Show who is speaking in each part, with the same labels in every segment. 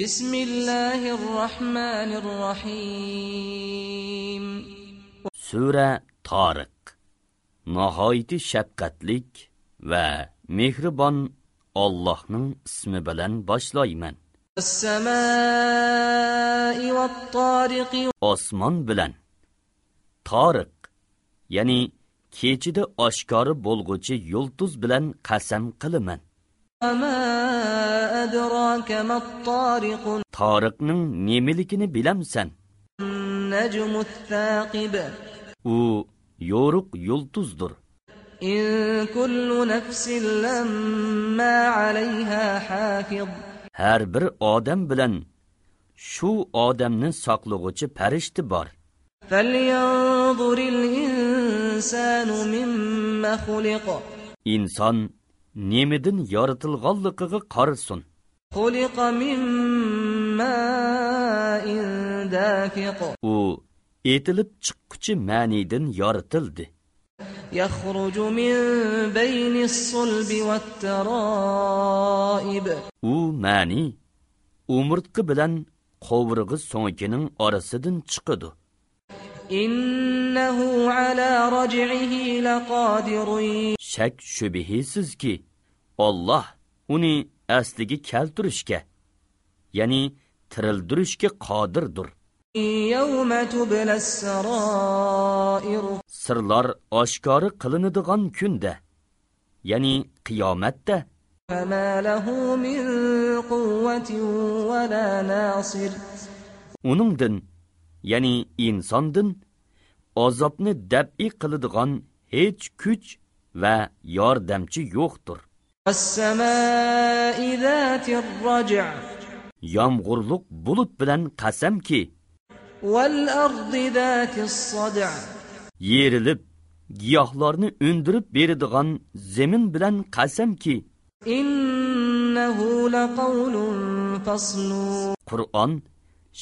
Speaker 1: بسم الله الرحمن الرحيم
Speaker 2: sura toriq nihoyatda shafqatlik va mehribon ollohning ismi bilan boshlayman
Speaker 1: والسماء والطارق
Speaker 2: osmon bilan toriq ya'ni kechida oshkori bo'lg'uchi yulduz bilan qasam qilaman
Speaker 1: وما أدراك ما الطارق
Speaker 2: toriqning nemaligini bilamsan
Speaker 1: النجم الثاقب
Speaker 2: u yo'ruq yulduzdir
Speaker 1: إن كل نفس لما عليها حافظ
Speaker 2: har bir odam bilan shu odamni saqlag'uchi farishta bor
Speaker 1: فلينظر الإنسان مما خلق
Speaker 2: inson nemidan yoritilganligiga qarasin
Speaker 1: خلق من ماء دافق
Speaker 2: u etilib chiqquchi ma'nidan yoritildi
Speaker 1: يخرج من بين الصلب والترائب
Speaker 2: u ma'ni umurtqi bilan qovrig'i so'ngining orasidan chiqadi
Speaker 1: إنه على رجعه لقادر
Speaker 2: shak shubhisizki olloh uni asliga keltirishga ya'ni tirildirishga qodirdir
Speaker 1: يوم تبلى السرائر
Speaker 2: sirlar oshkori qilinadigan kunda ya'ni qiyomatda
Speaker 1: فما له من قوة ولا ناصر
Speaker 2: uningdin ya'ni insondin azobni dab'i qiladigan hech kuch va yordamchi yo'qdir
Speaker 1: والسماء ذات الرجع
Speaker 2: yomg'irliq bulut bilan qasamki
Speaker 1: والأرض ذات الصدع
Speaker 2: yerilib giyohlarni undirib beradigan zemin bilan qasamki
Speaker 1: إنه لقول فصل
Speaker 2: qur'on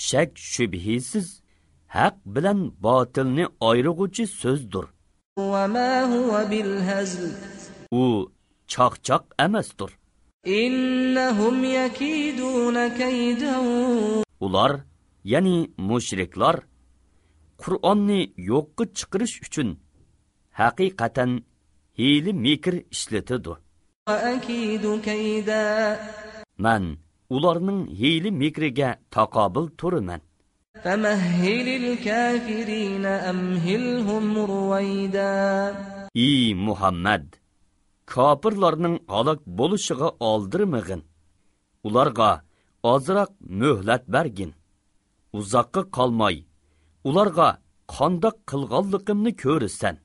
Speaker 2: shak shubhisiz haq bilan botilni oyrig'uchi so'zdir
Speaker 1: وما هو بالهزل
Speaker 2: u chaqchoq emasdir
Speaker 1: إنهم يكيدون كيدا
Speaker 2: ular ya'ni mushriklar qur'onni yo'qqa chiqarish uchun haqiqatan hiyli mikr ishlatadi
Speaker 1: وأكيد كيدا
Speaker 2: man ularning hiyli mikriga taqobil turiman
Speaker 1: فمهل الكافرين أمهلهم رويدا
Speaker 2: ey muhammad kofirlarning halok bo'lishiga oldirmag'in ularga ozroq muhlat bergin uzoqqa qolmay ularga qandoq qilganligimni ko'rasan